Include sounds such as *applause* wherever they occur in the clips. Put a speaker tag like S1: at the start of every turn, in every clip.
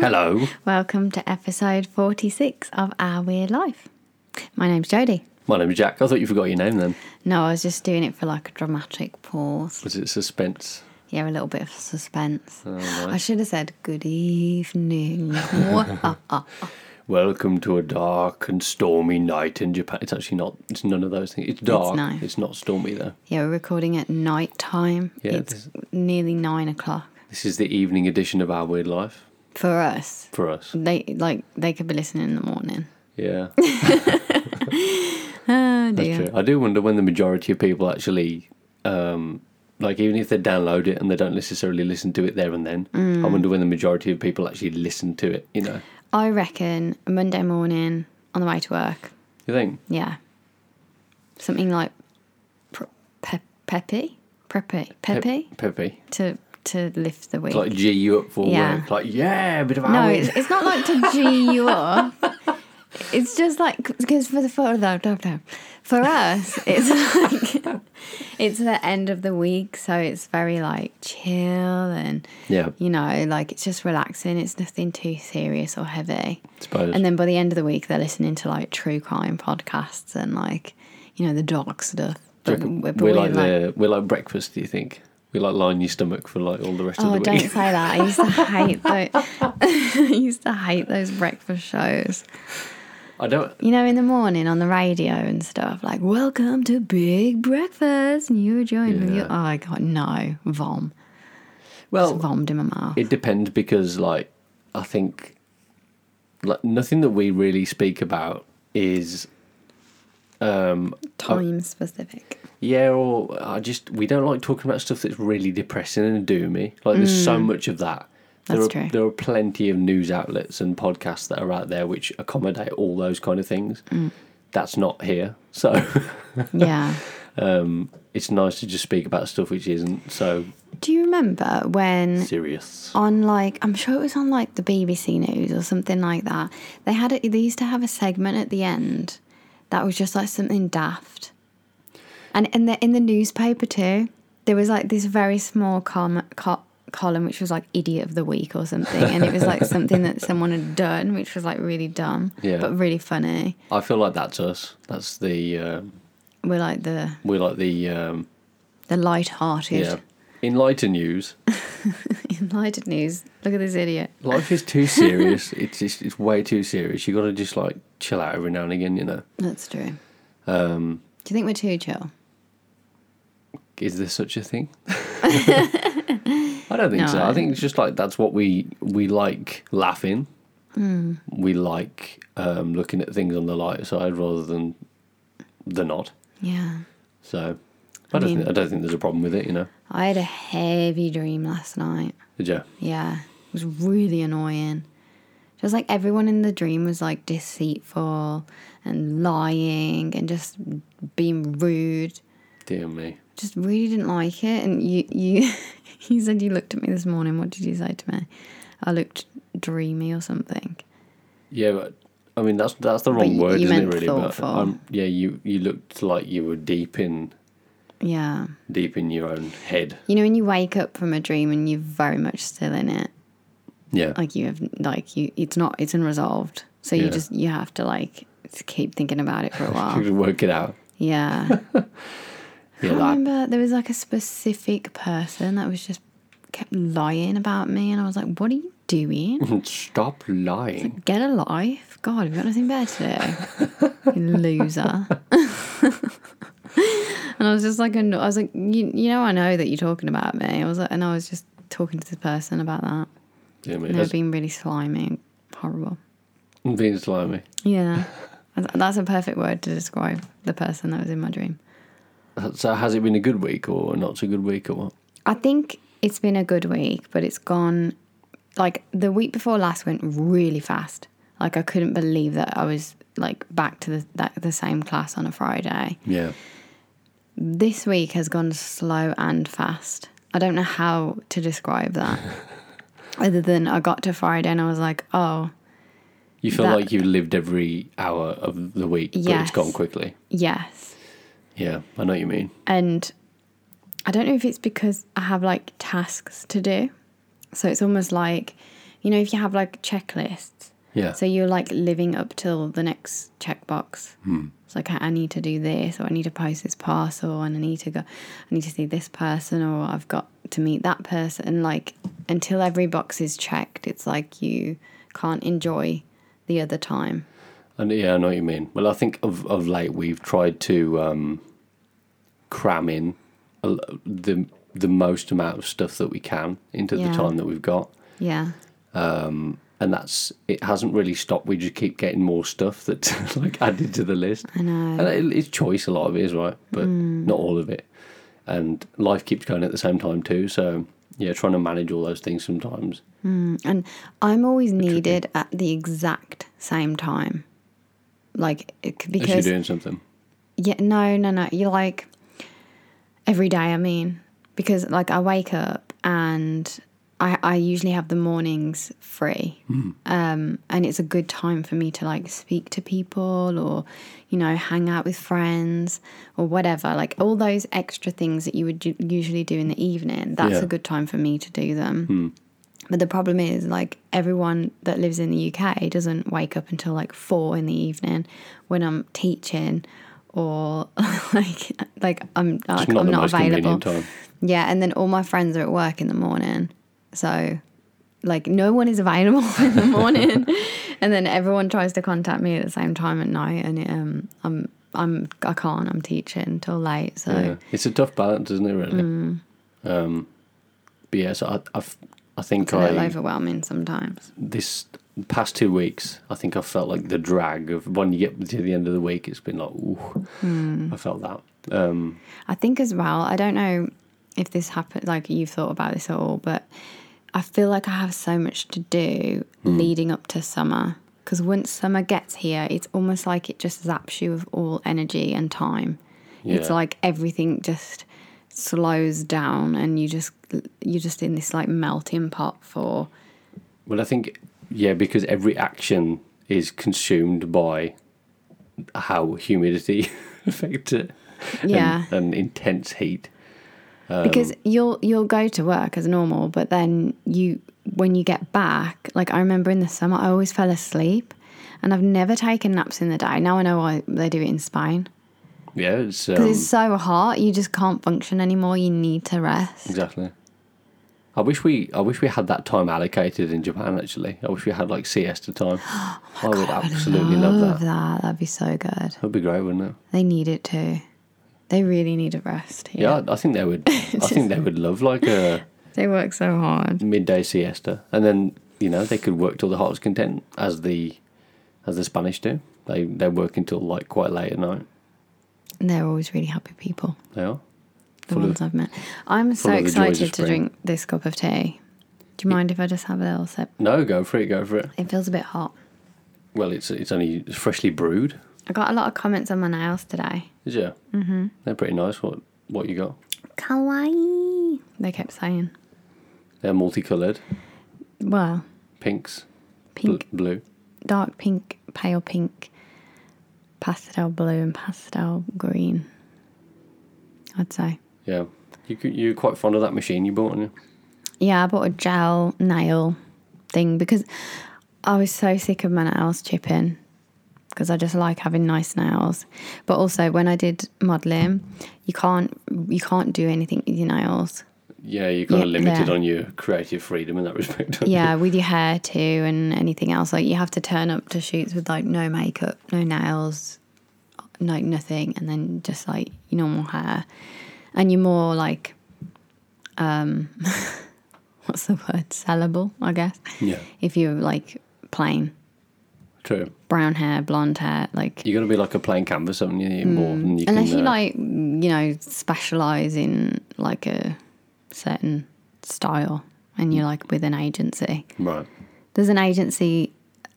S1: Hello.
S2: Welcome to episode 46 of Our Weird Life. My name's Jodie.
S1: My name is Jack. I thought you forgot your name then.
S2: No, I was just doing it for like a dramatic pause.
S1: Was it suspense?
S2: Yeah, a little bit of suspense.
S1: Oh,
S2: I should have said good
S1: *laughs*
S2: evening. *laughs*
S1: Welcome to a dark and stormy night in Japan. It's actually not, it's none of those things. It's dark.
S2: nice.
S1: not stormy though.
S2: yeah, we're recording at night time.
S1: Yeah,
S2: it's
S1: this-
S2: nearly nine o'clock
S1: This is the evening edition of Our Weird Life
S2: for us.
S1: for us.
S2: They like they could be listening in the morning. *laughs*
S1: Yeah.
S2: Oh
S1: That's
S2: dear.
S1: true. I do wonder when the majority of people actually, um, like, even if they download it and they don't necessarily listen to it there and then, I
S2: Mm.
S1: wonder when the majority of people actually listen to it, you know?
S2: I reckon a Monday morning on the way to work.
S1: You think?
S2: Yeah. Something like pr- pe- peppy, preppy, peppy
S1: Peppy.
S2: to to lift the weight.
S1: Like, G you up for
S2: Yeah.
S1: work. Like, yeah, a bit of our
S2: no,
S1: weird
S2: it's, it's not like to g
S1: *laughs*
S2: you up. It's just like because for the photo though, no, no. for us, it's *laughs* like it's the end of the week, so it's very like chill and
S1: Yeah.
S2: you know, like it's just relaxing. It's nothing too serious or heavy.
S1: *laughs* suppose.
S2: And then by the end of the week, they're listening to like true crime podcasts and like, you know, the dark stuff. But, but
S1: we're like, the we're like breakfast. Do you think we like line your stomach for like all the rest
S2: oh,
S1: of the
S2: don't
S1: week?
S2: say that. I used to hate those. *laughs* I used to hate those breakfast shows.
S1: *laughs* I don't.
S2: You know, in the morning on the radio and stuff, like "Welcome to Big Breakfast," and you join with your.
S1: Yeah.
S2: Oh my god, no, vom. Just
S1: Well,
S2: vommed in my mouth.
S1: it depends because like I think like nothing that we really speak about is oh.
S2: Time specific.
S1: yeah or I just we don't like talking about stuff that's really depressing and doomy. Like there's so much of that. There
S2: Mm. That's
S1: are,
S2: true.
S1: there are plenty of news outlets and podcasts that are out there which accommodate all those kind of things.
S2: Mm.
S1: That's not here, so *laughs*
S2: Yeah.
S1: it's nice to just speak about stuff which isn't so
S2: Do you remember when
S1: serious.
S2: on like I'm sure it was on like the BBC News or something like that. They had a, they used to have a segment at the end that was just like something daft, and in the in the newspaper too, there was like this very small com, co- column which was like idiot of the week or something, and it was like something that someone had done which was like really dumb
S1: Yeah.
S2: but really funny.
S1: I feel like that's us. That's the um,
S2: We're like the
S1: we're like the um,
S2: the light-hearted, *laughs*
S1: yeah. In lighter news,
S2: enlightened news. Look at this idiot.
S1: life is
S2: *laughs*
S1: too serious. it's just, it's way too serious. You got to just like chill out every now and again. You know,
S2: That's true. Um, Do you think we're too chill?
S1: is there such
S2: *laughs*
S1: a thing? I don't think so.
S2: No.
S1: I think it's just like that's what we we like laughing.
S2: Hmm.
S1: We like um, looking at things on the lighter side rather than the not.
S2: Yeah.
S1: So I don't
S2: mean-
S1: think, I don't think there's a problem with it. You know,
S2: I had a heavy dream last night.
S1: did you?
S2: Yeah, it was really annoying. Just like everyone in the dream was like deceitful and lying and just being rude.
S1: Dear me.
S2: Just really didn't like it. And you, you, *laughs* you said you looked at me this morning. What did you say to me? I looked dreamy or something.
S1: Yeah, but I mean that's that's the wrong
S2: you-
S1: word,
S2: you
S1: isn't
S2: meant
S1: it? Really,
S2: thoughtful.
S1: but um, yeah, you you looked like you were deep in
S2: Yeah.
S1: deep in your own head.
S2: You know when you wake up from a dream and you're very much still in it.
S1: Yeah,
S2: like you have like you it's not it's unresolved so you
S1: Yeah.
S2: just you have to like s- keep thinking about it for a
S1: *laughs* *laughs* you
S2: while
S1: could work it out.
S2: yeah i
S1: Yeah, that,
S2: remember there was like a specific person that was just kept lying about me and i was like what are you
S1: *laughs*
S2: doing
S1: "Mm, stop lying.
S2: get a life god we've got nothing better to do you loser *laughs* and i was just like anno- i was like you, you know i know that you're talking about me i was like and i was just talking to the person about that
S1: Dear me,
S2: and they were
S1: that's
S2: being really slimy and horrible
S1: being slimy.
S2: Yeah. That's- That's a perfect word to describe the person that was in my dream.
S1: So has it been a good week or not so good week or what?
S2: I think it's been a good week, but it's gone like the week before last went really fast. Like I couldn't believe that I was like back to the that, the same class on a Friday.
S1: Yeah,
S2: This week has gone slow and fast. I don't know how to describe that. Other than I got to Friday and I was like, oh,
S1: you feel
S2: That-
S1: like you lived every hour of the week, but it's
S2: Yes.
S1: gone quickly.
S2: yes.
S1: Yeah, I know what you mean.
S2: and I don't know if it's because I have like tasks to do. So it's almost like, you you know, if you have like checklists,
S1: Yeah.
S2: so you're like living up till the next checkbox.
S1: Hmm.
S2: Mm. It's like I I need to do this, or I need to post this parcel, and I need to go, I need to see this person, or I've got to meet that person. And like until every box is checked, it's like you can't enjoy the other time.
S1: And yeah, I know what you mean. Well, I think of of late we've tried to um, cram in a l- the the most amount of stuff that we can into
S2: Yeah.
S1: the time that we've got,
S2: Yeah,
S1: and that's it hasn't really stopped. We just keep getting more stuff that's *laughs* like added to the list.
S2: I know. Mm.
S1: And it, it's choice a lot of it is right, but not all of it. And life keeps going at the same time too. So yeah, trying to manage all those things sometimes.
S2: Mm, And I'm always needed at the exact same time. Like it c-
S1: As
S2: because
S1: you're doing something,
S2: yeah, no, no, no. You like every day. I mean, because like I wake up and I I usually have the mornings free, um, and it's a good time for me to like speak to people or you know hang out with friends or whatever. Like all those extra things that you would u- usually do in the evening. That's
S1: Yeah.
S2: a good time for me to do them. But the problem is, like, everyone that lives in the UK doesn't wake up until like four in the evening when I'm teaching or *laughs* like, like I'm,
S1: it's
S2: like,
S1: not
S2: I'm
S1: the
S2: not
S1: most
S2: available.
S1: convenient time.
S2: Yeah. And then all my friends are at work in the morning. So, like, no one is available *laughs* in the
S1: *laughs*
S2: morning. and then everyone tries to contact me at the same time at night. And it, um, I'm, I'm, I can't, I'm teaching until late. So,
S1: Yeah. It's a tough balance, isn't it? Really. Um,
S2: Mm.
S1: but yeah, so I, I've, I think
S2: it's a little
S1: I
S2: overwhelming sometimes.
S1: this past two weeks, I think I felt like the drag of when you get to the end of the week, it's been like, ooh,
S2: Mm.
S1: I felt that. Um,
S2: I think as well, I don't know if this happened, like you've thought about this at all, but I feel like I have so much to do leading up to summer. Because once summer gets here, it's almost like it just zaps you of all energy and time. It's
S1: Yeah.
S2: like everything just slows down and you just you're just in this like melting pot for
S1: well, I think yeah, because every action is consumed by how humidity *laughs* affects it. and-
S2: Yeah.
S1: and, intense heat.
S2: because
S1: Um,
S2: you'll you'll go to work as normal, but then you when you get back, like I remember in the summer, I always fell asleep, and I've never taken naps in the day. Now I know why they do it in Spain
S1: Yeah, it's, um,
S2: because it's so hot, you just can't function anymore. You need to rest.
S1: exactly. I wish we I wish we had that time allocated in Japan. Actually, I wish we had like siesta *gasps* time. Oh I would absolutely love that.
S2: Love that. That'd be so good.
S1: That'd be great, wouldn't it?
S2: They need it too. They really need a rest. Here.
S1: Yeah, I I think they *laughs* would. I think they would love like a
S2: they work so hard.
S1: midday siesta, and then you know they could work till the heart's content, as the as the Spanish do. They they work until like quite late at night.
S2: And they're always really happy people.
S1: They are.
S2: The
S1: Full of-
S2: ones I've met. I'm so
S1: full of the joys of
S2: excited to
S1: spring.
S2: drink this cup of tea. Do you mind if I just have a little sip?
S1: No, go for it. Go for it.
S2: It feels a bit hot.
S1: Well, it's it's only it's freshly brewed.
S2: I got a lot of comments on my nails today.
S1: Is it? Mm-hmm. They're pretty nice. What what you got?
S2: Kawaii. They kept saying.
S1: They're multicolored,
S2: Well,
S1: pinks, bl-
S2: pink,
S1: blue.
S2: dark pink, pale pink, pastel blue, and pastel green. I'd say.
S1: Yeah, you c- you're quite fond of that machine you bought, aren't you?
S2: Yeah, I bought a gel nail thing because I was so sick of my nails chipping because I just like having nice nails. But also, when I did modelling, you can't you can't do anything with your nails.
S1: Yeah, you're kind of
S2: Yeah,
S1: limited
S2: yeah.
S1: on your creative freedom in that respect. aren't you?
S2: yeah, with your hair too and anything else. Like you have to turn up to shoots with like no makeup, no nails, like nothing, and then just like your normal hair. And you're more like, um, *laughs* what's the word? Sellable, I guess.
S1: Yeah,
S2: If you're like plain
S1: true.
S2: brown hair, blonde hair, like
S1: You got to be like a plain canvas, haven't you? More than you
S2: Mm. unless
S1: can.
S2: you
S1: uh,
S2: like you know specialize in like a certain style and
S1: Mm.
S2: you're like with an agency.
S1: Right.
S2: There's an agency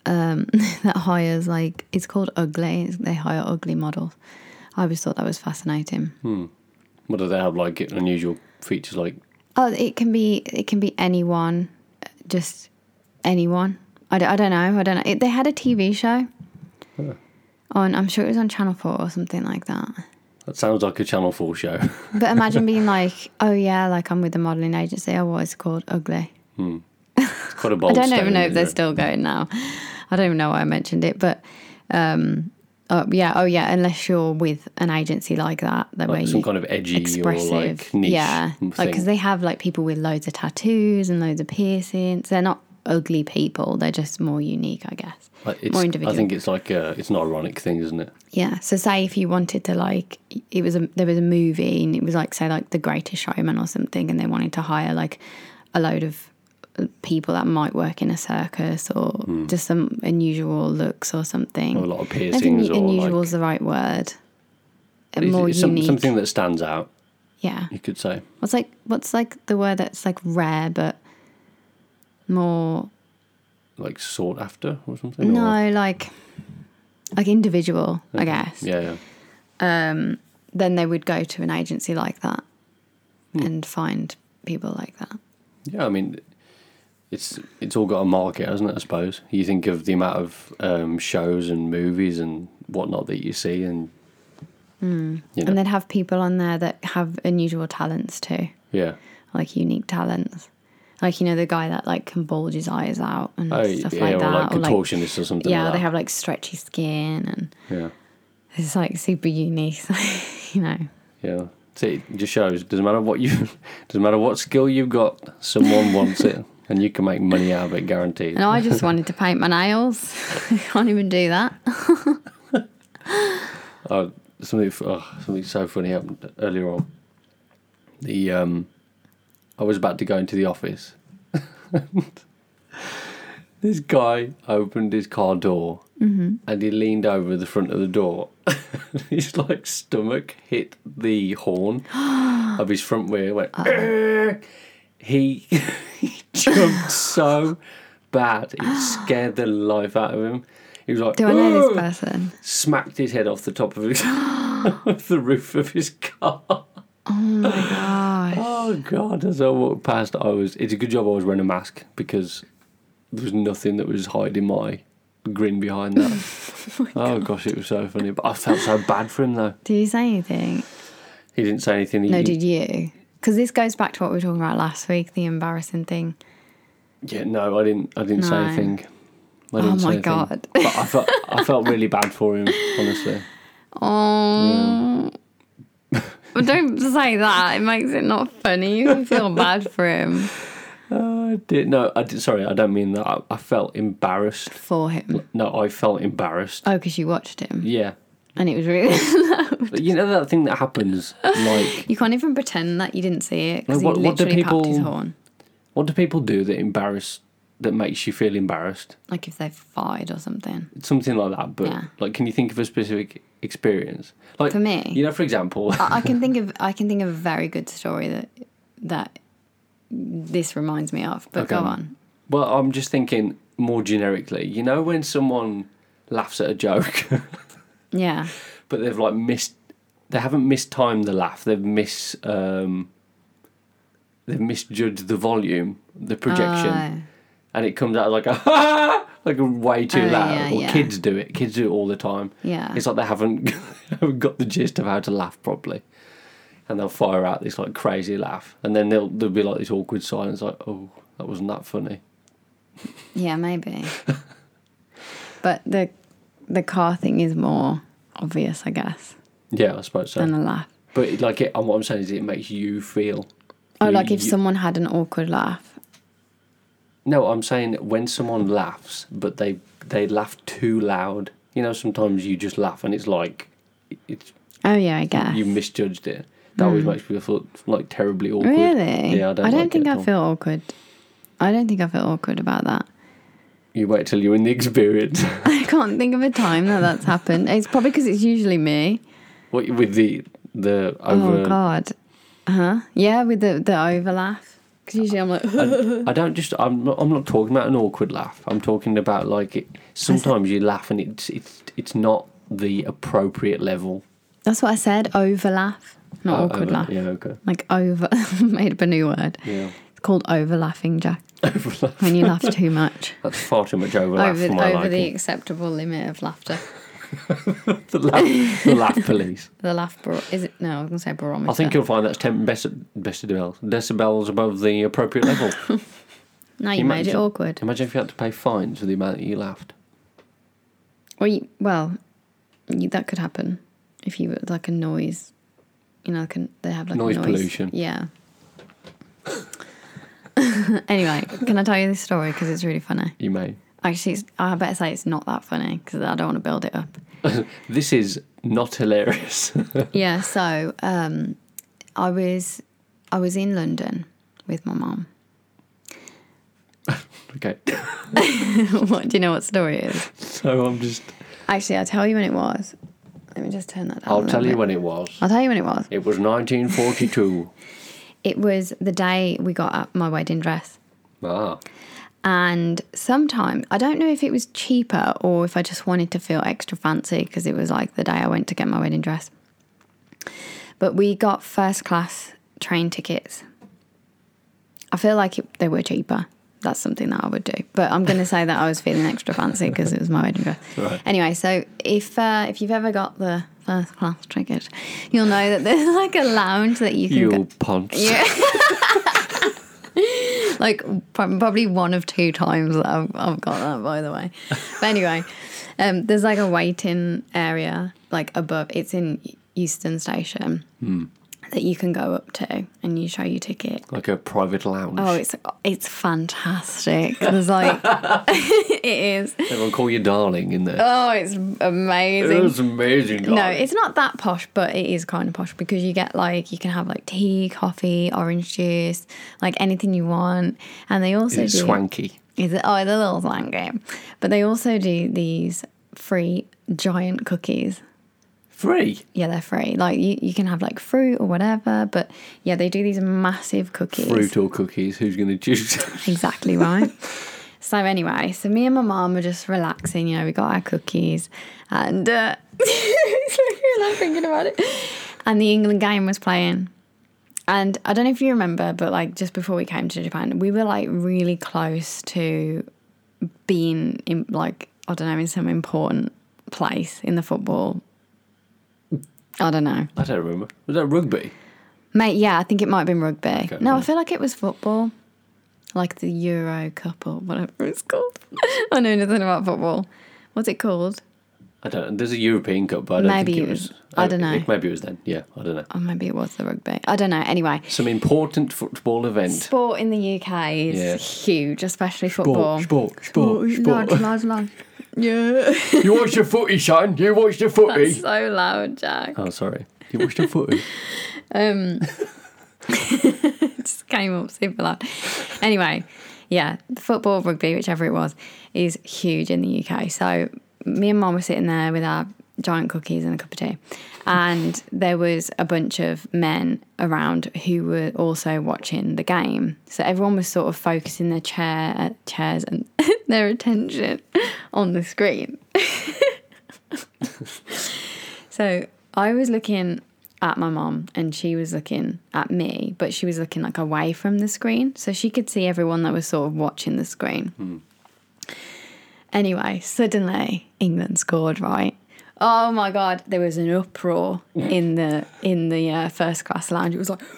S2: um, *laughs* that hires like it's called Ugly. It's- They hire ugly models. I always thought that was fascinating.
S1: What do they have like unusual features? Like
S2: Oh, it can be it can be anyone, just anyone. I don't, I don't know. I don't know. It, they had a TV show on. I'm sure it was on Channel Four or something like that.
S1: that sounds like a Channel Four show. *laughs*
S2: But imagine being like, oh yeah, like I'm with the modeling agency. Oh, what is it called Ugly?
S1: What a
S2: I
S1: bold
S2: don't even
S1: statement,
S2: know if they're
S1: isn't it?
S2: still going now. I don't even know why I mentioned it, but um, oh, yeah, oh yeah, unless you're with an agency like that, that way
S1: like
S2: you
S1: some kind of edgy
S2: expressive,
S1: or like niche.
S2: yeah,
S1: thing.
S2: like because they have like people with loads of tattoos and loads of piercings. They're not ugly people; they're just more unique, I guess.
S1: Like, it's,
S2: more individual.
S1: I think it's like a, it's an ironic thing, isn't it?
S2: Yeah. So say if you wanted to like it was a there was a movie and it was like say like The Greatest Showman or something and they wanted to hire like a load of uh, people that might work in a circus or just some unusual looks or something.
S1: Hmm. Or a lot of
S2: I think
S1: piercings or
S2: unusual
S1: like
S2: is the right word. A
S1: it's-
S2: more
S1: it's some-
S2: unique.
S1: something that stands out.
S2: yeah.
S1: You could say
S2: What's like what's like the word that's like rare but more
S1: like sought after or something. or,
S2: no like like individual, I guess.
S1: yeah, yeah.
S2: then they would go to an agency like that
S1: Hmm.
S2: and find people like that.
S1: Yeah, I mean, it's it's all got a market, hasn't it? I suppose you think of the amount of um, shows and movies and whatnot that you see, and you know,
S2: Hmm. And they'd have people on there that have unusual talents too,
S1: yeah,
S2: like unique talents. Like, you know, the guy that like can bulge his eyes out and
S1: oh,
S2: stuff
S1: yeah,
S2: like
S1: or
S2: that.
S1: like contortionists or something.
S2: yeah,
S1: like
S2: they
S1: that.
S2: have like stretchy skin and
S1: Yeah,
S2: it's like super unique, *laughs* you know.
S1: yeah. See, it just shows. Doesn't matter what you, *laughs* doesn't matter what skill you've got. Someone wants it, and you can make money out of it, guaranteed.
S2: And I just wanted to paint my nails. *laughs* I can't even do
S1: *laughs*
S2: that.
S1: Oh, something, f- oh, something so funny happened earlier on. The um, I was about to go into the office. *laughs* this guy opened his car door and he leaned over the front of the door. *laughs* his like stomach hit the horn of his front wheel. Went. "Eh." *laughs* He, *laughs* he jumped so bad it scared the life out of him. He was like,
S2: Do I know
S1: *laughs* "Ugh!"
S2: this person?
S1: smacked his head off the top of his *laughs* of the roof of his car.
S2: Oh,
S1: Oh god! As I walked past, I was. It's a good job I was wearing a mask because there was nothing that was hiding my grin behind that. *laughs* oh gosh, it was so funny. But I felt so bad for him though.
S2: did you say anything?
S1: He didn't say anything. He,
S2: No, did you? Because this goes back to what we were talking about last week, the embarrassing thing.
S1: Yeah, no, I didn't. I didn't say
S2: No.
S1: anything. I
S2: Oh
S1: didn't say
S2: my
S1: anything.
S2: god.
S1: But I felt
S2: *laughs*
S1: I felt really bad for him, honestly.
S2: Oh. But don't say that. It makes it not funny. You *laughs* feel bad for him.
S1: I did no. I did, sorry, I don't mean that. I, I felt embarrassed.
S2: For him.
S1: No, I felt embarrassed.
S2: Oh, because you watched him.
S1: Yeah,
S2: And it was really. *laughs*
S1: But you know that thing that happens? Like,
S2: you can't even pretend that you didn't see it because
S1: Like, what-
S2: he
S1: what do
S2: literally papped his
S1: people-
S2: horn.
S1: what do people do that embarrass, that makes you feel embarrassed?
S2: Like if they fired or *laughs* something.
S1: It's something like that, but
S2: Yeah.
S1: like, can you think of a specific experience? Like,
S2: For me?
S1: You know, for
S2: *laughs*
S1: example,
S2: I, I can think of I can think of a very good story that that this reminds me of. But
S1: Okay.
S2: go on.
S1: well, I'm just thinking more generically, you know, when someone laughs at a joke, *laughs*
S2: Yeah.
S1: but they've like missed, they haven't mistimed the laugh, they've mis, um, they've misjudged the volume, the projection.
S2: Oh.
S1: and it comes out like a *laughs* ha like way too
S2: Oh,
S1: loud.
S2: yeah,
S1: or
S2: yeah.
S1: kids do it. Kids do it all the time.
S2: Yeah.
S1: It's like they haven't, *laughs* haven't got the gist of how to laugh properly. And they'll fire out this like crazy laugh. And then they'll there'll be like this awkward silence like, Oh, that wasn't that funny.
S2: Yeah, *laughs* maybe. but the the car thing is more obvious, I guess,
S1: Yeah, I suppose so.
S2: than a laugh.
S1: But it- like it, and what I'm saying is it makes you feel
S2: Oh,
S1: you-
S2: like if
S1: you-
S2: someone had an awkward laugh.
S1: No, I'm saying when someone laughs but they they laugh too loud. You know, sometimes you just laugh and it's like it's
S2: Oh yeah, I guess.
S1: you misjudged it. That always makes me feel like terribly awkward.
S2: Hmm. really?
S1: Yeah, I don't. like it
S2: think
S1: at
S2: I
S1: all.
S2: feel awkward. I don't think I feel awkward about that. *laughs*
S1: You wait till you're in the *laughs* experience.
S2: I can't think of a time that that's happened. It's probably because it's usually me.
S1: what with the the
S2: Oh
S1: over.
S2: God. Huh? Yeah, with the the over laugh. Because usually I'm like, *gasps*
S1: I don't just. I'm not. I'm not talking about an awkward laugh. I'm talking about like it. Sometimes you laugh and it's it's it's not the appropriate level.
S2: that's what I said. Over laugh, not
S1: Oh,
S2: awkward
S1: over-
S2: laugh.
S1: Yeah. Okay.
S2: Like over, *laughs* made up a new word.
S1: Yeah.
S2: It's called over laughing,
S1: *laughs*
S2: Jack. When you laugh too much.
S1: That's far too much over *laughs* laugh
S2: Over,
S1: for my
S2: over the
S1: liking.
S2: acceptable limit of laughter.
S1: The, laugh, the
S2: *laughs*
S1: laugh police.
S2: The laugh bar- is it? No, I was gonna say barometer. *laughs*
S1: I think you'll find that's ten best, decibels decibels above the appropriate level.
S2: Now you made it
S1: Imagine-
S2: awkward.
S1: Imagine if you had to pay fines for the amount that you laughed.
S2: Or you, well, you, that could happen if you were like a noise. You know, can they have like
S1: Noise
S2: a noise
S1: pollution.
S2: Yeah. *laughs* anyway, can I tell you this story because it's really funny?
S1: You may.
S2: Actually, it's, I better say it's not that funny because I don't want to build it up.
S1: This is not hilarious. *laughs*
S2: yeah. So um, I was I was in London with my mum. *laughs*
S1: okay.
S2: what do you know what story it is?
S1: So I'm just.
S2: Actually, I'll tell you when it was. Let me just turn that down. a
S1: I'll
S2: little
S1: tell you
S2: bit.
S1: when it was.
S2: I'll tell you when it was.
S1: It was 1942. *laughs*
S2: It was the day we got up my wedding dress.
S1: ah.
S2: And sometimes, I don't know if it was cheaper or if I just wanted to feel extra fancy because it was like the day I went to get my wedding dress. But we got first class train tickets. I feel like it, they were cheaper. That's something that I would do. But I'm going to say that I was feeling extra fancy because it was my wedding dress.
S1: Right.
S2: Anyway, so if uh, if you've ever got the first class ticket, you'll know that there's like a lounge that you can
S1: You
S2: go
S1: ponce.
S2: like prob- probably one of two times that I've, I've got that by the way but anyway um, there's like a waiting area like above it's in euston station that you can go up to and you show your ticket
S1: Like a private lounge.
S2: oh it's it's fantastic there's like *laughs* it is
S1: Everyone call you darling in there.
S2: oh it's amazing
S1: it was amazing.
S2: no,
S1: darling.
S2: it's not that posh, but it is kind of posh because you get like you can have like tea, coffee, orange juice, like anything you want, and they also
S1: it's
S2: do
S1: swanky.
S2: Is it? Oh, the little slang game. But they also do these free giant cookies.
S1: Free.
S2: Yeah, they're free. Like you, you can have like fruit or whatever, but yeah, they do these massive cookies.
S1: Fruit or cookies? Who's going to choose? *laughs*
S2: Exactly right. *laughs* so anyway, so me and my mum were just relaxing. You know, we got our cookies, and uh, *laughs* you're not thinking about it. And the England game was playing, and I don't know if you remember, but like just before we came to Japan, we were like really close to being in like I don't know in some important place in the football. I don't know.
S1: I don't remember. Was that rugby?
S2: Mate, yeah, I think it might have been rugby. no, I
S1: right.
S2: feel like it was football. Like the Euro Cup or whatever it's called. *laughs* I know nothing about football. What's it called?
S1: I don't. There's a European Cup, but I don't
S2: Maybe
S1: think
S2: it
S1: it was. uh,
S2: was- I don't know.
S1: it- Maybe it was then. Yeah, I don't know.
S2: Oh, maybe it was the rugby. I don't know. Anyway,
S1: Some important football event.
S2: sport in the UK is
S1: Yeah.
S2: huge, especially football.
S1: Sport, sport, sport, sport.
S2: large, large. Yeah.
S1: *laughs* You watch the footy, son. You watch the
S2: That's
S1: footy.
S2: so loud, Jack.
S1: Oh, sorry. You watch
S2: *laughs*
S1: the footy.
S2: just came up super loud. Anyway, yeah, football, rugby, whichever it was, is huge in the UK. So me and mum were sitting there with our giant cookies and a cup of tea, and there was a bunch of men around who were also watching the game. So everyone was sort of focusing their chair chairs and *laughs* their attention on the screen. So I was looking at my mom and she was looking at me, but she was looking like away from the screen. So she could see everyone that was sort of watching the screen. Anyway, suddenly England scored, right? Oh my god, there was an uproar in the in the uh, first class lounge. It was like *laughs* like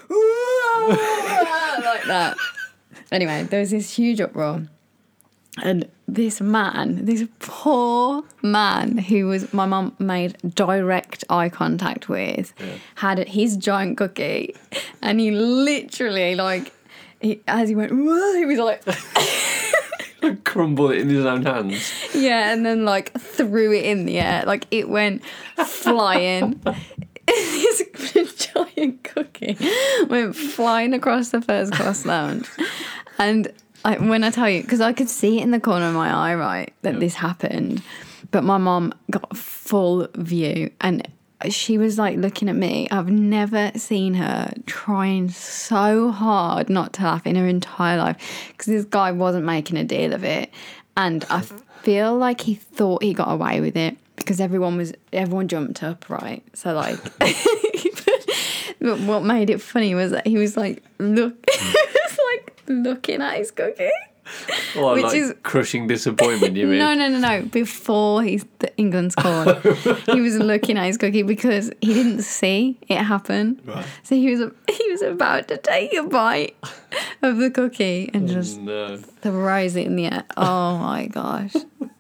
S2: that. Anyway, there was this huge uproar. And this man, this poor man who was my mum made direct eye contact with, had his giant cookie, and he literally like, he, as he went, *laughs* "Whoa," he was like,
S1: Crumble it in his own hands.
S2: yeah, and then like threw it in the air, like it went flying. this giant cookie went flying across the first class lounge, and I, when I tell you, because I could see it in the corner of my eye, right, that this happened, but my mom got full view and. She was like looking at me. I've never seen her trying so hard not to laugh in her entire life because this guy wasn't making a deal of it and I feel like he thought he got away with it because everyone was everyone jumped up, right? So like, *laughs* but what made *laughs* it funny was that he was like, look, he was like looking at his cookie,
S1: Or
S2: Which
S1: like
S2: is-
S1: crushing disappointment, you
S2: *laughs*
S1: mean?
S2: No, no, no, no. Before he's the England's corn, he was looking at his cookie because he didn't see it happen.
S1: Right.
S2: So he was *laughs* he was about to take a bite of the cookie and
S1: Hmm.
S2: just
S1: No.
S2: throws it in the air. Oh my gosh!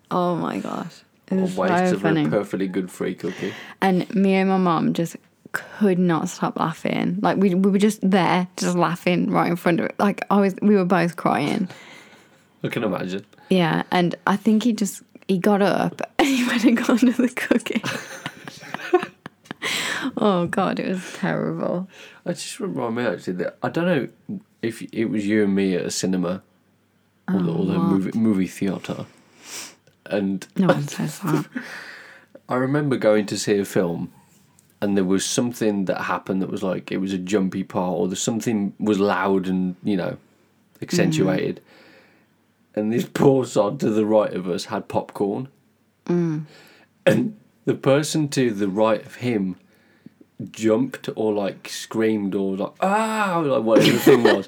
S2: Oh my gosh! It
S1: A
S2: was
S1: waste
S2: so
S1: of a
S2: funny.
S1: perfectly good free cookie.
S2: And me and my mum just could not stop laughing. Like we we were just there, just laughing right in front of it. Like I was, we were both crying.
S1: I can imagine.
S2: Yeah, and I think he just he got up *laughs* and he went and got under the cookie. *laughs* oh god, it was terrible.
S1: I just remind me actually that I don't know if it was you and me at a cinema or the,
S2: Oh,
S1: or the movie, movie theatre. And
S2: No one says that.
S1: I remember going to see a film and there was something that happened that was like it was a jumpy part or there's something was loud and you know accentuated
S2: Mm.
S1: and this *laughs* poor sod to the right of us had popcorn
S2: Mm.
S1: and the person to the right of him jumped or like screamed or like ah or, like whatever the
S2: *laughs*
S1: thing was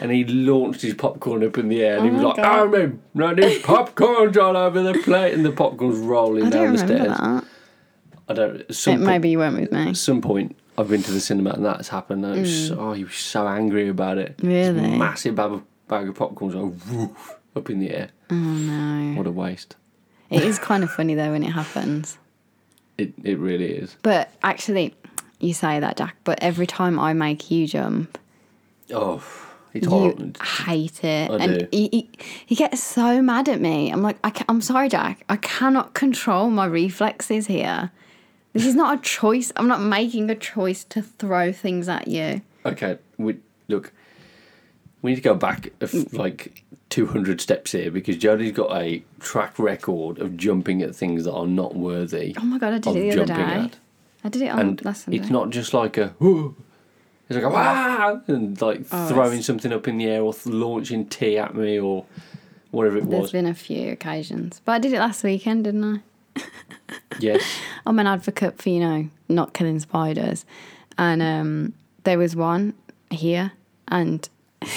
S1: and he launched his popcorn up in the air and he was
S2: Oh my
S1: like
S2: God.
S1: I'm in no there's popcorn's all over the plate and the popcorn's rolling
S2: I
S1: down
S2: don't
S1: the
S2: remember
S1: stairs
S2: that.
S1: I don't some
S2: It,
S1: po-
S2: maybe you weren't with me. Mm.
S1: at some point I've been to the cinema and that's happened. And it was so, oh, he was so angry about it. This
S2: Really?
S1: massive bag of, bag of popcorns like, woof, up in the air.
S2: Oh no.
S1: What a waste.
S2: It is kind of funny though when it happens.
S1: It it really is.
S2: But actually, you say that, Jack. But every time I make you jump,
S1: Oh, it's
S2: you
S1: horrible.
S2: hate it,
S1: I
S2: and
S1: do.
S2: He, he, he gets so mad at me. I'm like, I ca- I'm sorry, Jack. I cannot control my reflexes here. This is not a choice. I'm not making a choice to throw things at you.
S1: Okay, we, look, we need to go back a
S2: Mm.
S1: f- like 200 steps here because Jodie's got a track record of jumping at things that are not worthy.
S2: Oh my god, I did
S1: Of
S2: it the other
S1: jumping
S2: day.
S1: at.
S2: I did it on
S1: and
S2: last Sunday.
S1: it's not just like a "Whoa." it's like a wow and like
S2: Oh,
S1: throwing
S2: it's-
S1: something up in the air or th- launching tea at me or whatever it
S2: There's
S1: was
S2: been a few occasions, but I did it last weekend, didn't I? *laughs*
S1: yes
S2: I'm an advocate for you know not killing spiders, and um, there was one here, and *laughs*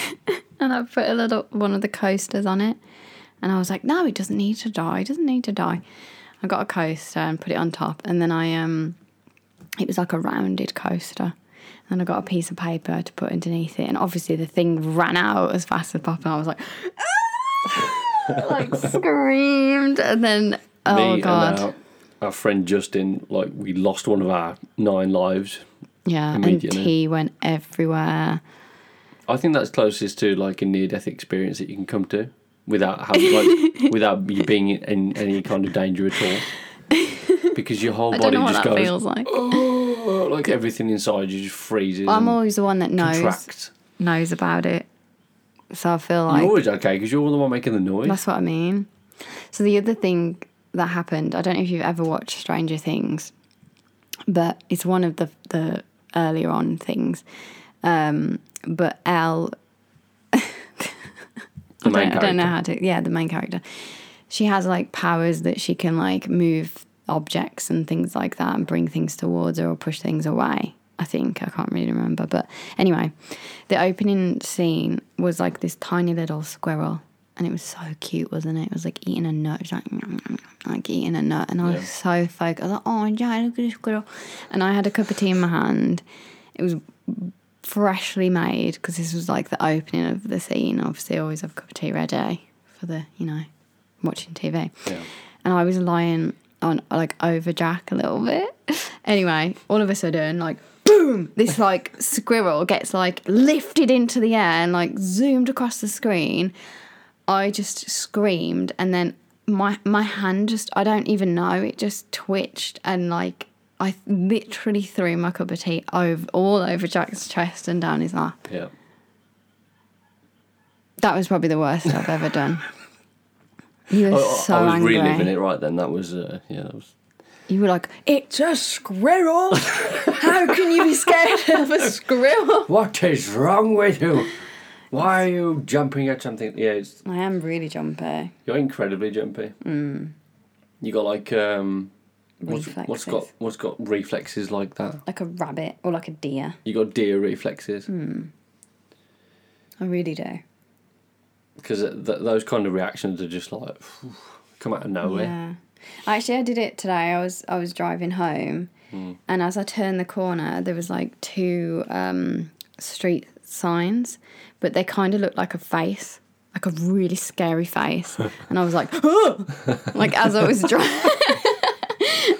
S2: and I put a little one of the coasters on it, and I was like, no, it doesn't need to die, it doesn't need to die. I got a coaster and put it on top, and then I um, it was like a rounded coaster. And I got a piece of paper to put underneath it, and obviously the thing ran out as fast as pop, and I was like, *laughs* like screamed, and then oh
S1: me
S2: god,
S1: and our, our friend justin like we lost one of our nine lives
S2: Yeah, and
S1: immediately.
S2: tea went everywhere.
S1: i think that's closest to like a near-death experience that you can come to without having
S2: *laughs*
S1: like without you being in, in any kind of danger at all because your whole
S2: I don't
S1: body
S2: know what
S1: just
S2: that
S1: goes
S2: feels like.
S1: "Oh," like everything inside you just freezes
S2: I'm
S1: and
S2: always the one that knows
S1: contracts
S2: knows about it, so I feel
S1: you're
S2: like
S1: always okay because you're the one making the noise
S2: that's what I mean. So the other thing that happened, I don't know if you've ever watched Stranger Things, but it's one of the the earlier on things. Um, but Elle
S1: the main
S2: I don't know
S1: character.
S2: how to. Yeah, the main character. She has like powers that she can like move objects and things like that and bring things towards her or push things away. I think I can't really remember, but anyway, the opening scene was like this tiny little squirrel, and it was so cute, wasn't it? It was like eating a nut, it was like, "Nom, nom, nom," like eating a nut, and I
S1: Yeah.
S2: was so focused. I was like, "Oh yeah, look at this squirrel," and I had a cup of tea in my hand. It was freshly made because this was like the opening of the scene. Obviously, I always have a cup of tea ready for the you know watching TV.
S1: Yeah.
S2: And I was lying on like over Jack a little bit. *laughs* Anyway, all of a sudden, like boom, this like squirrel gets like lifted into the air and like zoomed across the screen. I just screamed and then my my hand just I don't even know it just twitched and like I literally threw my cup of tea over all over Jack's chest and down his lap.
S1: Yeah.
S2: That was probably the worst I've ever
S1: *laughs*
S2: done. You were
S1: I, I-
S2: so
S1: I was
S2: angry.
S1: reliving it right then. That was, uh, yeah, that was.
S2: You were like, *laughs* it's a squirrel. How can you be scared of a squirrel?
S1: *laughs* What is wrong with you? Why are you jumping at something? Yeah, it's,
S2: I am really jumpy.
S1: you're incredibly jumpy.
S2: Mm.
S1: You got like um, what's, what's
S2: Reflexes.
S1: got what's got reflexes like that?
S2: Like a rabbit or like a deer. Mm.
S1: You got deer reflexes.
S2: I really do.
S1: because th- those kind of reactions are just like *sighs* phew, come out of nowhere.
S2: Yeah. Actually, I did it today. I was I was driving home, and as I turned the corner, there was like two um, street signs, but they kind of looked like a face, like a really scary face, and I was like, "Oh!" like as I was driving. *laughs*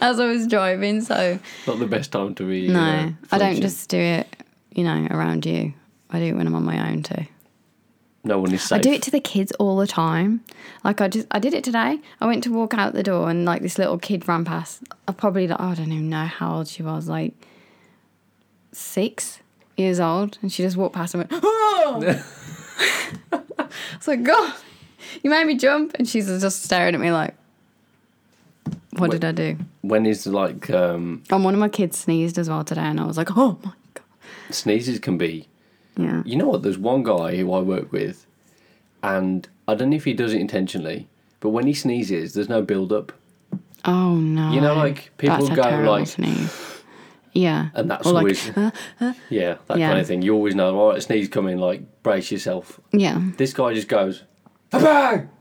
S2: As I was driving, so
S1: Not the best time to be.
S2: no,
S1: uh,
S2: I don't
S1: flinching.
S2: just do it, you know, around you. I do it when I'm on my own too.
S1: No one is safe.
S2: I do it to the kids all the time. Like I just, I did it today. I went to walk out the door and like this little kid ran past. I probably, like, I don't even know how old she was, like six years old, and she just walked past and went, "Oh!" *laughs* it's like God, you made me jump, and she's just staring at me like, "What
S1: Wait.
S2: did I do?"
S1: when is like um,
S2: And one of my kids sneezed as well today, and I was like, "Oh my god!"
S1: sneezes can be.
S2: Yeah.
S1: You know what? There's one guy who I work with, and I don't know if he does it intentionally, but when he sneezes, there's no build up,
S2: Oh no.
S1: You know, like, people
S2: That's a
S1: go,
S2: terrible
S1: like-
S2: sneeze. Yeah.
S1: and that's
S2: Or, like, "Uh,
S1: always yeah that
S2: Yeah.
S1: kind of thing. You always know, all right, sneeze coming, like brace yourself.
S2: Yeah.
S1: This guy just goes, "Bang!" *laughs*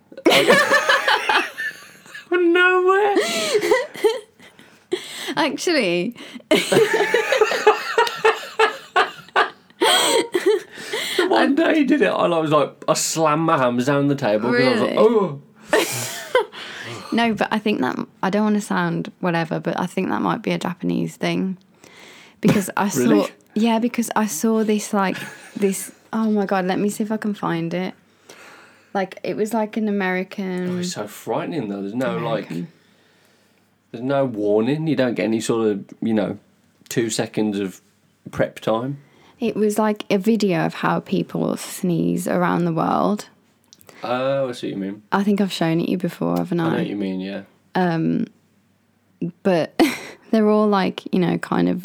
S1: Nowhere.
S2: Actually,
S1: One day he did it, and I was like, I slammed my hands down the table because I was like,
S2: Really?
S1: oh,
S2: no, but I think that I don't want to sound whatever, but I think that might be a Japanese thing because I
S1: *laughs* Really?
S2: saw yeah because I saw this like this oh my god let me see if I can find it like it was like an American
S1: it's so frightening though. There's no like, there's no warning. You don't get any sort of you know, two seconds of prep time.
S2: it was like a video of how people sneeze around the world
S1: Oh, I see what you mean.
S2: I think I've shown it you before haven't
S1: I know what you mean. Yeah,
S2: but *laughs* they're all like you know kind of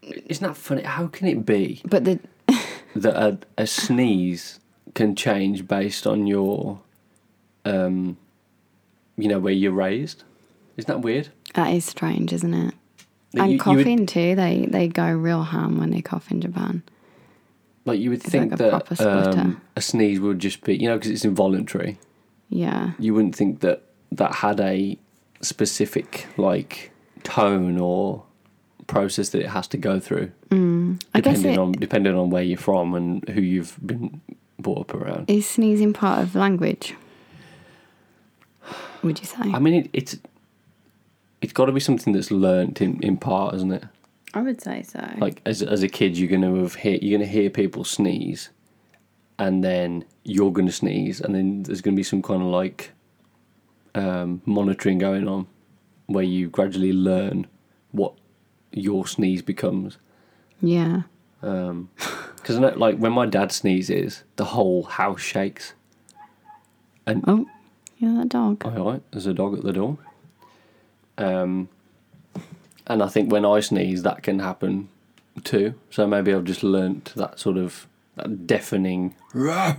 S1: isn't that funny? How can it be
S2: but the *laughs*
S1: that a, a sneeze can change based on your, um, you know, where you're raised? Isn't that weird?
S2: that is strange isn't it
S1: That
S2: and
S1: you- you would-
S2: coughing too. They they go real ham when they cough in Japan.
S1: Like you would think
S2: like a proper
S1: that
S2: splitter.
S1: um, a sneeze would just be, you know, because it's involuntary.
S2: Yeah,
S1: You wouldn't think that that had a specific like tone or process that it has to go through,
S2: Mm. I guess
S1: depending
S2: it
S1: on depending on where you're from and who you've been brought up around.
S2: is sneezing part of language. Would you say?
S1: I mean, it, it's it's got to be something that's learnt in, in part, isn't it?
S2: I would say so.
S1: Like as as a kid, you're gonna have hear, you're gonna hear people sneeze, and then you're gonna sneeze, and then there's gonna be some kind of like um, monitoring going on, where you gradually learn what your sneeze becomes.
S2: yeah.
S1: Because I know, like when my dad sneezes, the whole house shakes.
S2: Oh, yeah, that dog.
S1: All right, there's a dog at the door. Um, and I think when I sneeze, that can happen too. So maybe I've just learnt that sort of that deafening kind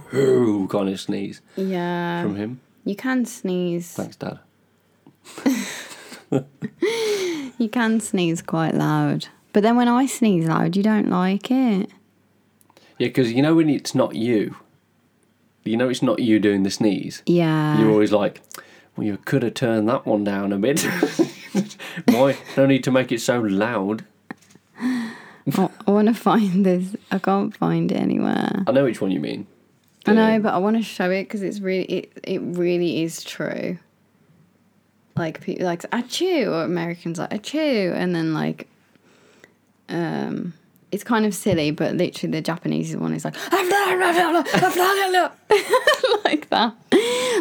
S1: of sneeze
S2: Yeah,
S1: from him.
S2: you can sneeze.
S1: Thanks, Dad.
S2: You can sneeze quite loud. But then when I sneeze loud, you don't like it.
S1: Yeah, because you know when it's not you, you know it's not you doing the sneeze.
S2: Yeah. *laughs*
S1: You're always like, well, you could have turned that one down a bit. *laughs* Why? No need to make it so loud.
S2: I, I want to find this. I can't find it anywhere.
S1: I know which one you mean.
S2: I
S1: Yeah.
S2: know, but I want to show it because it's really it, it really is true. Like people like achoo, or Americans like achoo, and then like, um, it's kind of silly, but literally the Japanese one is like *laughs* like that,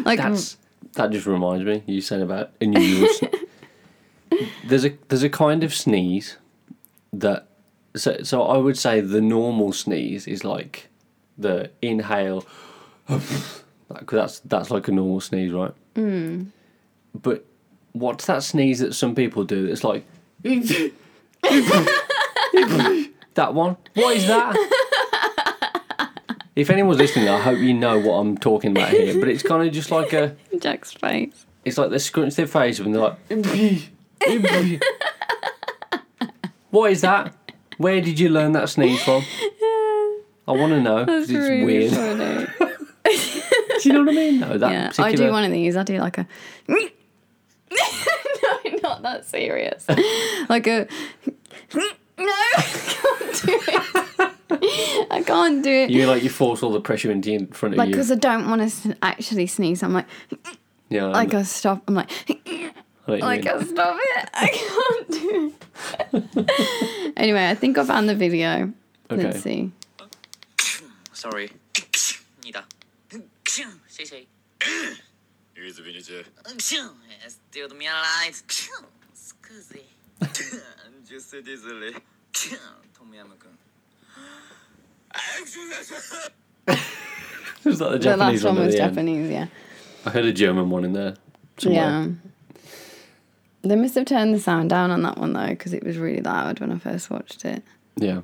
S2: like
S1: That's that just reminds me. You said about unusual. sn- there's a there's a kind of sneeze that so so I would say the normal sneeze is like the inhale. *sighs* that- 'cause that's that's like a normal sneeze, right? Mm. But what's that sneeze that some people do? That's like that one. What is that? If anyone's listening, I hope you know what I'm talking about here. But it's kind of just like a
S2: Jack's face.
S1: it's like they scrunch their face up and they're like, "Impee, impee." *laughs* what is that? Where did you learn that sneeze from? I want to know. 'cause
S2: That's
S1: it's
S2: really
S1: weird.
S2: funny.
S1: Do you know what I mean? No, that
S2: Yeah, I
S1: particular.
S2: do one of these. I do like a. *laughs* no, not that serious. *laughs* like a. *laughs* no, I can't do it. I can't do it.
S1: You like you force all the pressure into in front of
S2: Like,
S1: you.
S2: because I don't want to actually sneeze. I'm like,
S1: yeah,
S2: I gotta stop. I'm like, *laughs*
S1: like,
S2: I gotta stop it. I can't do it. *laughs* anyway, I think I found the video.
S1: Okay.
S2: Let's see.
S3: Sorry. 你的。谢谢。
S4: 유즈비니즈
S3: Still me alive. Excuse me.
S4: 주스 디슬리
S3: 토미야마군.
S1: Is that the
S2: The last
S1: Japanese
S2: one
S1: one? at
S2: was
S1: the end?
S2: Japanese, yeah.
S1: I heard a German one in there. Somewhere.
S2: Yeah. They must have turned the sound down on that one though, because it was really loud when I first watched it.
S1: Yeah.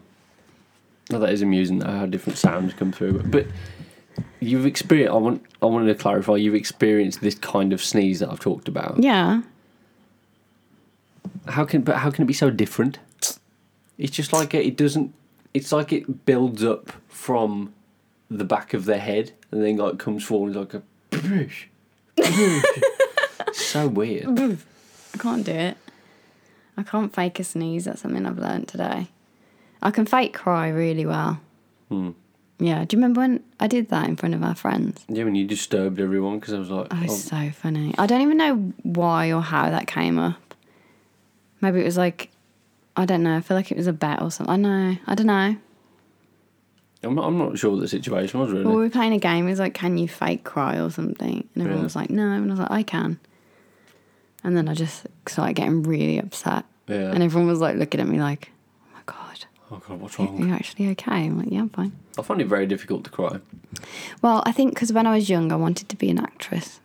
S1: Well, that is amusing though, how different sounds come through. But you've experienced, I, want, I wanted to clarify, you've experienced this kind of sneeze that I've talked about.
S2: Yeah.
S1: How can, but how can it be so different? It's just like it, it doesn't, it's like it builds up from the back of the head and then like comes forward like a boosh. so
S2: *laughs*
S1: weird.
S2: I can't do it. I can't fake a sneeze. That's something I've learned today. I can fake cry really well. Yeah. Do you remember when I did that in front of our friends?
S1: Yeah, and you disturbed everyone because I was like,
S2: That was
S1: oh,
S2: so funny. I don't even know why or how that came up. Maybe it was like, I don't know. I feel like it was a bet or something. I know. I don't know.
S1: I'm, not, I'm not sure what the situation was really.
S2: Well, we were playing a game. It was like, can you fake cry or something? And everyone
S1: Yeah.
S2: was like, no. And I was like, I can. And then I just started getting really upset.
S1: Yeah.
S2: And everyone was like looking at me like, oh my God,
S1: oh God, what's
S2: are
S1: wrong?
S2: you actually okay? I'm like, yeah, I'm fine.
S1: I find it very difficult to cry.
S2: Well, I think because when I was young, I wanted to be an actress.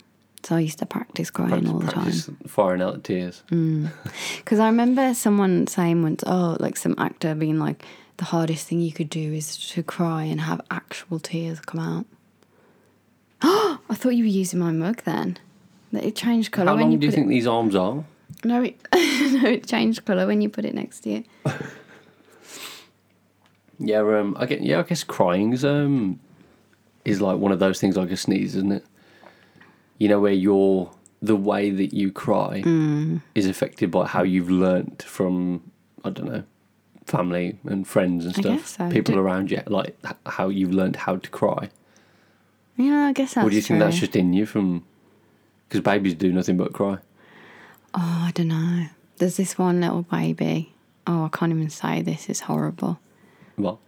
S2: So I used to practice crying all the time. Mm.
S1: practice firing out the tears.
S2: Because I remember someone saying once, oh, like some actor being like, the hardest thing you could do is to cry and have actual tears come out. *gasps* I thought you were using my mug then. That It changed colour
S1: How
S2: when
S1: long
S2: you
S1: do you
S2: put
S1: think these arms are?
S2: it. No, it, *laughs* no, it changed colour when you put it next to you.
S1: Yeah, um, I get. Yeah, I guess crying's um, is like one of those things like a sneeze, isn't it? You know where your the way that you cry
S2: Mm.
S1: is affected by how you've learnt from I don't know family and friends and
S2: I
S1: stuff,
S2: guess so.
S1: people
S2: Do-
S1: around you, like h- how you've learnt how to cry.
S2: Yeah, I guess that's
S1: Or do you think
S2: true.
S1: that's just in you from? Because babies do nothing but cry.
S2: Oh, I don't know. There's this one little baby. Oh, I can't even say this. It's horrible.
S1: Well,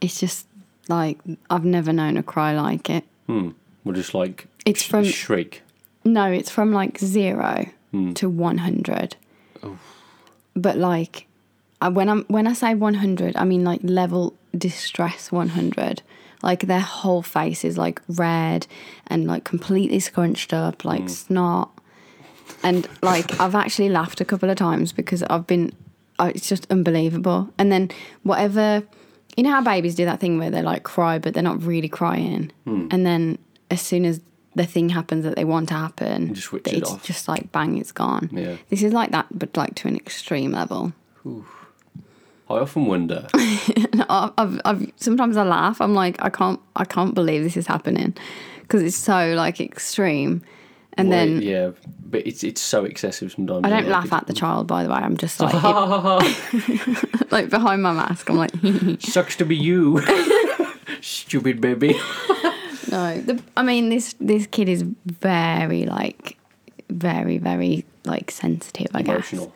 S2: It's just like, I've never known a cry like it.
S1: we're just like
S2: It's
S1: sh- Hmm.
S2: from-
S1: shriek.
S2: No, it's from like zero to one hundred. But like, I, when I'm when I say one hundred, I mean like level distress one hundred. Like their whole face is like red and like completely scrunched up,
S1: Mm.
S2: like snot. And
S1: *laughs*
S2: like I've actually laughed a couple of times because I've been, I- it's just unbelievable. And then whatever, you know how babies do that thing where they like cry but they're not really crying,
S1: Hmm.
S2: and then as soon as the thing happens that they want to happen,
S1: just switch
S2: that
S1: it
S2: it's
S1: off.
S2: just like bang, it's gone.
S1: Yeah.
S2: This is like that, but like to an extreme level. *laughs*
S1: I often wonder.
S2: I- I've, I've sometimes I laugh. I'm like, I can't, I can't believe this is happening because it's so like extreme. *laughs* And
S1: Well,
S2: then
S1: yeah, but it's it's so excessive sometimes.
S2: I don't
S1: Like,
S2: laugh at the child, by the way. I'm just like, it- *laughs* like behind my mask. I'm like, *laughs*
S1: it Sucks to be you, *laughs* stupid baby.
S2: no. The, I mean, this this kid is very like, very very like sensitive. I guess.
S1: Emotional.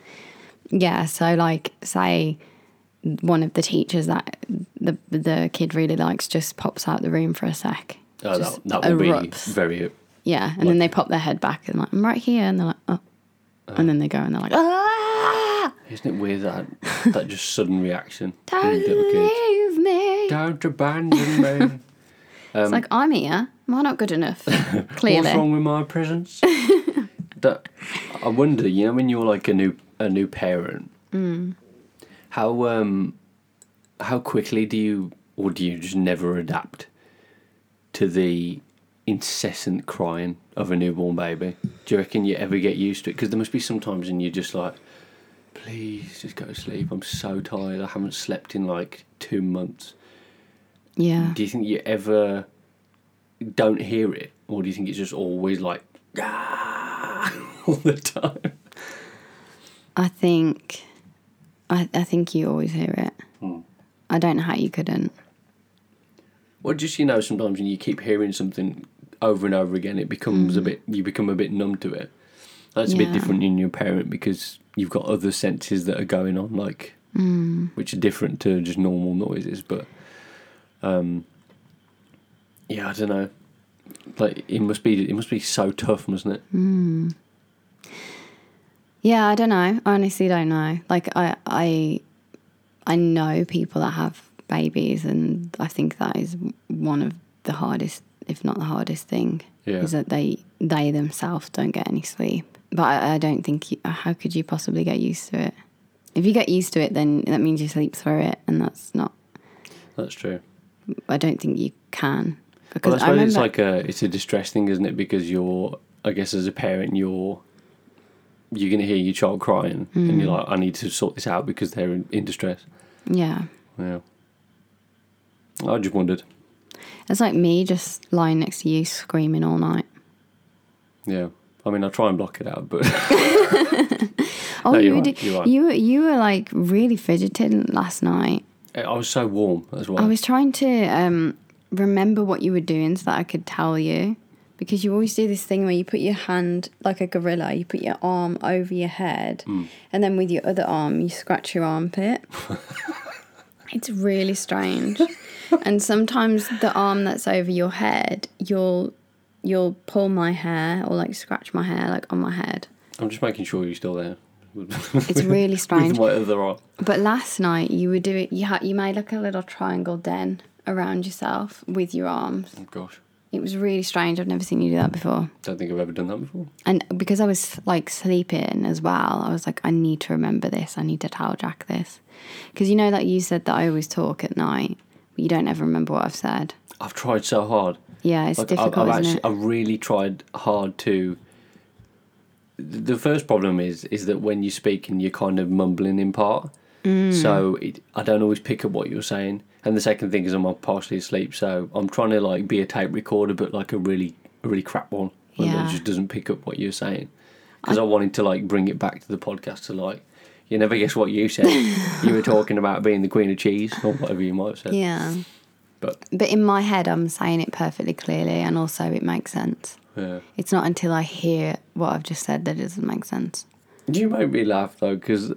S2: Yeah, so like say one of the teachers that the the kid really likes just pops out the room for a sec.
S1: Oh, that,
S2: Just
S1: that will
S2: erupts.
S1: be very.
S2: Yeah, and then they pop their head back and like I'm right here, and they're like, oh, and then they go and they're like, ah,
S1: Isn't it weird that that just sudden reaction? in
S2: don't
S1: little kids?
S2: leave me.
S1: Don't abandon me.
S2: it's like I'm here. Am I not good enough?
S1: um, *laughs* What's
S2: Clearly,
S1: wrong with my presence? that I wonder. You know, when you're like a new a new parent, how um how quickly do you or do you just never adapt to the incessant crying of a newborn baby? Do you reckon you ever get used to it? Because there must be some times and you're just like, please just go to sleep. I'm so tired. I haven't slept in like two months.
S2: yeah.
S1: Do you think you ever don't hear it? or do you think it's just always like "Ah," *laughs* all the time?
S2: I think, I, I think you always hear it.
S1: Hmm.
S2: I don't know how you couldn't.
S1: Well, just you know, sometimes when you keep hearing something over and over again, it becomes a bit. You become a bit numb to it. That's a bit
S2: Yeah.
S1: different in your parent because you've got other senses that are going on, like which are different to just normal noises. But um, yeah, I don't know. Like it must be, it must be so tough, mustn't it?
S2: Yeah, I don't know. I honestly don't know. Like I I I know people that have babies and I think that is one of the hardest if not the hardest thing
S1: Yeah.
S2: is that they they themselves don't get any sleep. But I, I don't think you, how could you possibly get used to it? If you get used to it then that means you sleep through it and that's not
S1: That's true.
S2: I don't think you can because
S1: Well, I
S2: I
S1: suppose
S2: remember
S1: it's like a it's a distress thing, isn't it? Because you're, I guess, as a parent, you're you're gonna hear your child crying, and
S2: Hmm.
S1: you're like, I need to sort this out because they're in, in distress.
S2: yeah.
S1: Yeah. I just wondered.
S2: It's like me just lying next to you screaming all night.
S1: Yeah. I mean, I try and block it out, but *laughs*
S2: Oh,
S1: No,
S2: you
S1: you're right,
S2: did.
S1: you're right.
S2: You were you were like really fidgeting last night.
S1: I was so warm as well.
S2: I was trying to um, remember what you were doing so that I could tell you, because you always do this thing where you put your hand like a gorilla, you put your arm over your head, and then with your other arm you scratch your armpit. it's really strange, and sometimes the arm that's over your head, you'll you'll pull my hair or like scratch my hair like on my head.
S1: I'm just making sure you're still there.
S2: It's really strange.
S1: *laughs* With my other arm.
S2: But last night you were doing you had you made like a little triangle den around yourself with your arms.
S1: Oh, gosh.
S2: It was really strange. I've never seen you do that before.
S1: Don't think I've ever done that before.
S2: And because I was like sleeping as well, I was like, I need to remember this. I need to tell Jack this, because you know that you said that I always talk at night, but you don't ever remember what I've said.
S1: I've tried so hard.
S2: Yeah, it's
S1: Like, I've-
S2: difficult,
S1: I've,
S2: isn't
S1: actually,
S2: it?
S1: I've really tried hard to. The first problem is is that when you speak and you're kind of mumbling in part,
S2: Mm.
S1: so it, I don't always pick up what you're saying. And the second thing is I'm partially asleep, so I'm trying to like be a tape recorder, but like a really a really crap one, one
S2: Yeah.
S1: that just doesn't pick up what you're saying. Because I, wanted to like bring it back to the podcast to like, you never guess
S2: *laughs*
S1: what you said. you were talking about being the queen of cheese or whatever you might have said.
S2: Yeah,
S1: But
S2: but in my head, I'm saying it perfectly clearly, and also it makes sense.
S1: yeah.
S2: It's not until I hear what I've just said that it doesn't make sense.
S1: You made me laugh though, because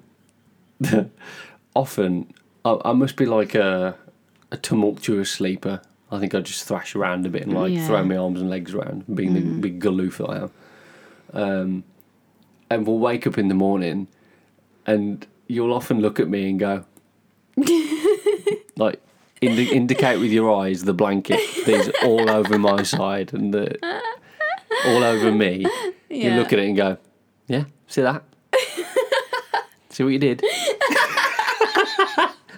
S1: *laughs* often I, I must be like a, a tumultuous sleeper. I think I just thrash around a bit and like
S2: Yeah.
S1: throw my arms and legs around, being the big galoof that I am. Um, and we'll wake up in the morning, and you'll often look at me and go, like, indi- indicate with your eyes the blanket that's all over my side and the all over me. You
S2: Yeah.
S1: look at it and go, yeah,
S2: *laughs*
S1: see that? see what you did? *laughs*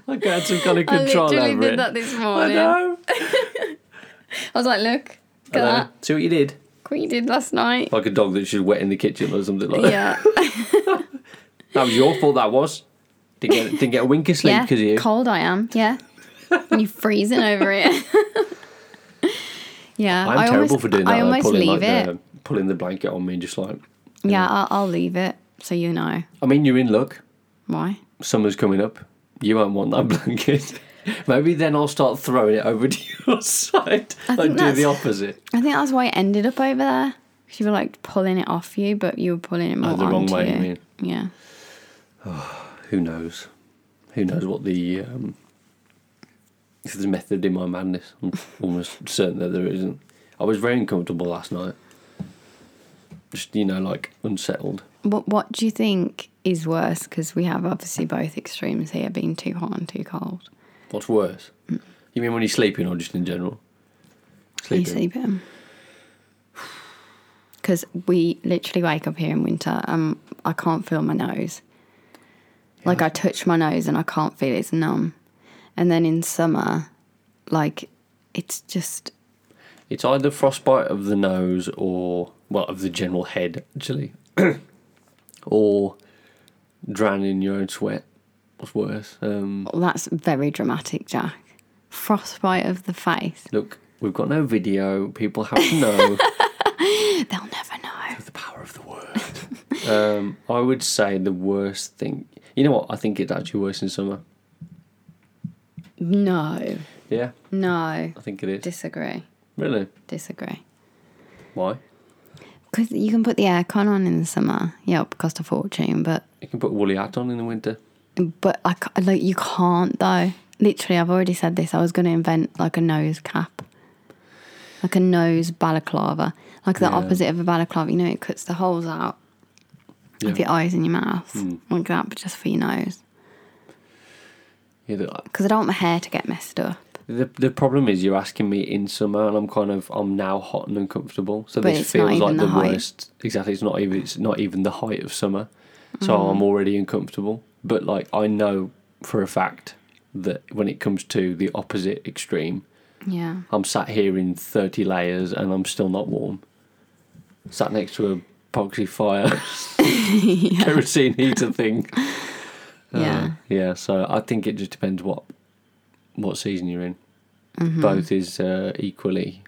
S1: like I had some kind of control
S2: I literally
S1: over
S2: did
S1: it.
S2: that this
S1: I
S2: morning. I, *laughs*
S1: know.
S2: was like, look, look
S1: I
S2: at
S1: know.
S2: that.
S1: See what you did?
S2: Look what you did last
S1: *laughs*
S2: night.
S1: Like a dog that's just wet in the kitchen or something like that.
S2: Yeah.
S1: That was your fault, that was. Didn't get, didn't get a wink of sleep
S2: yeah.
S1: because of you.
S2: Cold I am. Yeah. and you're freezing over it. *laughs* yeah.
S1: I'm
S2: I
S1: terrible
S2: almost,
S1: for doing that.
S2: I
S1: like,
S2: almost
S1: pulling,
S2: leave it.
S1: like, The, pulling the blanket on me and just like,
S2: yeah, I'll, I'll leave it so you know
S1: I mean, you're in luck.
S2: why.
S1: Summer's coming up. You won't want that *laughs* blanket. Maybe then I'll start throwing it over *laughs* to your side.
S2: I
S1: Like
S2: think
S1: do the
S2: that's-
S1: opposite.
S2: I think that's why it ended up over there. 'Cause you were like pulling it off you, but you were pulling it more
S1: Oh, the wrong
S2: onto
S1: way, you
S2: you.
S1: mean.
S2: Yeah.
S1: who knows? Who knows what the um, if there's method in my madness? I'm almost *laughs* certain that there isn't. I was very uncomfortable last night. Just you know, like unsettled.
S2: What What do you think is worse? Because we have obviously both extremes here, being too hot and too cold.
S1: What's worse?
S2: Mm.
S1: You mean when you're sleeping or just in general?
S2: You
S1: Sleeping.
S2: sleep in. Because we literally wake up here in winter. Um, I can't feel my nose. Like I touch my nose and I can't feel it. It's numb. And then in summer, like it's just
S1: It's either frostbite of the nose or well of the general head actually, *clears throat* or drowning in your own sweat. What's worse? Um,
S2: that's very dramatic, Jack. Frostbite of the face.
S1: look, We've got no video. People have to know
S2: They'll never know.
S1: the power of the word. um, I would say the worst thing. You know what? I think it's actually worse in summer.
S2: No,
S1: Yeah,
S2: no.
S1: I think it is.
S2: Disagree.
S1: really?
S2: Disagree.
S1: Why?
S2: Because you can put the aircon on in the summer. Yeah, it cost a fortune, but
S1: You can put a woolly hat on in the winter.
S2: but I ca- like you can't though. Literally, I've already said this. I was going to invent like a nose cap, like a nose balaclava, like the
S1: Yeah.
S2: opposite of a balaclava. You know, it cuts the holes out of your
S1: Yeah. Hmm.
S2: eyes and your mouth, like that, but just for your nose.
S1: Yeah, the,
S2: Because I don't want my hair to get messed up.
S1: the, the problem is you're asking me in summer, and I'm kind of I'm now hot and uncomfortable. So
S2: But
S1: this
S2: it's not
S1: feels
S2: even
S1: like
S2: the
S1: the,
S2: height.
S1: worst. Exactly. It's not even it's not even the height of summer. So
S2: Mm.
S1: I'm already uncomfortable. But like I know for a fact that when it comes to the opposite extreme,
S2: Yeah.
S1: I'm sat here in 30 layers and I'm still not warm. Sat next to a
S2: *laughs*
S1: poxy fire, *laughs* kerosene heater thing.
S2: Yeah.
S1: Uh, yeah, so I think it just depends what what season you're in.
S2: Mm-hmm.
S1: Both is uh, equally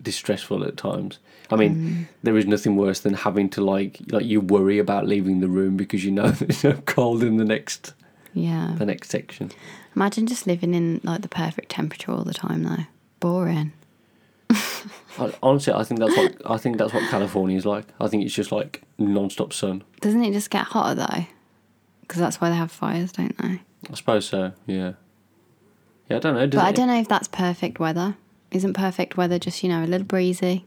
S1: distressful at times. I mean,
S2: Mm.
S1: there is nothing worse than having to like like you worry about leaving the room because you know *laughs* there's no cold in the next
S2: Yeah.
S1: the next section.
S2: Imagine just living in like the perfect temperature all the time though. Boring.
S1: I, honestly, I think that's what I think that's what California is like. I think it's just like non-stop sun.
S2: Doesn't it just get hotter though? Because that's why they have fires, don't they?
S1: I suppose so. Yeah. Yeah, I don't know. Does
S2: But I
S1: it-
S2: don't know if that's perfect weather. Isn't perfect weather just, you know, a little breezy,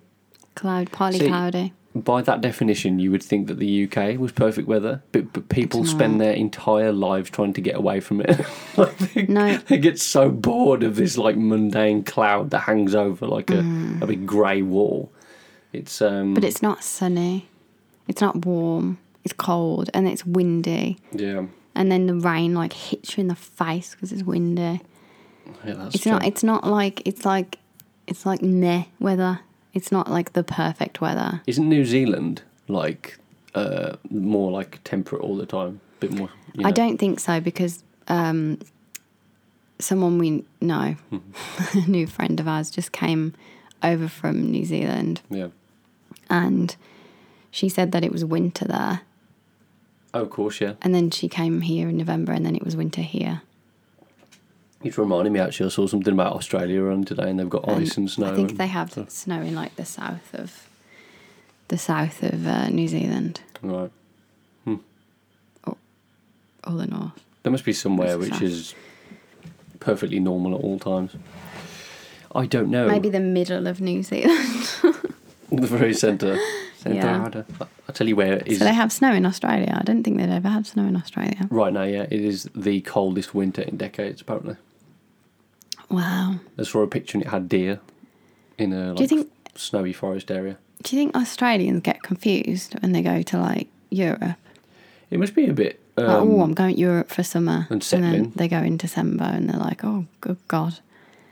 S2: cloud, partly
S1: See-
S2: cloudy?
S1: By that definition, you would think that the UK was perfect weather, but, but people
S2: It's
S1: spend
S2: not.
S1: their entire lives trying to get away from it. *laughs* Like, they,
S2: No.
S1: they get so bored of this like mundane cloud that hangs over like a, a big grey wall. It's um,
S2: Mm. But it's not sunny. It's not warm. It's cold and it's windy.
S1: yeah,
S2: And then the rain like hits you in the face because it's windy.
S1: yeah that's
S2: It's not.
S1: true.
S2: It's not like. It's like. It's like meh weather. It's not like the perfect weather.
S1: Isn't New Zealand like uh, more like temperate all the time? Bit more. you
S2: I
S1: know?
S2: don't think so because um, someone we know,
S1: Hmm.
S2: *laughs* a new friend of ours, just came over from New Zealand
S1: Yeah.
S2: and she said that it was winter there.
S1: Oh, of course, yeah.
S2: And then she came here in November and then it was winter here.
S1: It's reminding me actually. I saw something about Australia on today, and they've got ice and snow.
S2: I think
S1: and-
S2: they have snow in like the south of the south of uh, New Zealand
S1: right.
S2: or the north.
S1: There must be somewhere
S2: Must be
S1: which
S2: south.
S1: is perfectly normal at all times. I don't know.
S2: Maybe the middle of New Zealand.
S1: *laughs*
S2: *laughs*
S1: the very centre. centre
S2: Yeah.
S1: yeah. I'll tell you where it is.
S2: so they have snow in Australia. I don't think they'd ever had snow in Australia.
S1: right now, yeah, it is the coldest winter in decades, apparently.
S2: Wow.
S1: I saw a picture and it had deer in a like,
S2: you think-
S1: snowy forest area.
S2: Do you think Australians get confused when they go to like Europe?
S1: It must be a bit. Um,
S2: Like, oh, I'm going to Europe for summer. then
S1: and settling.
S2: they go in December and they're like, oh, good God.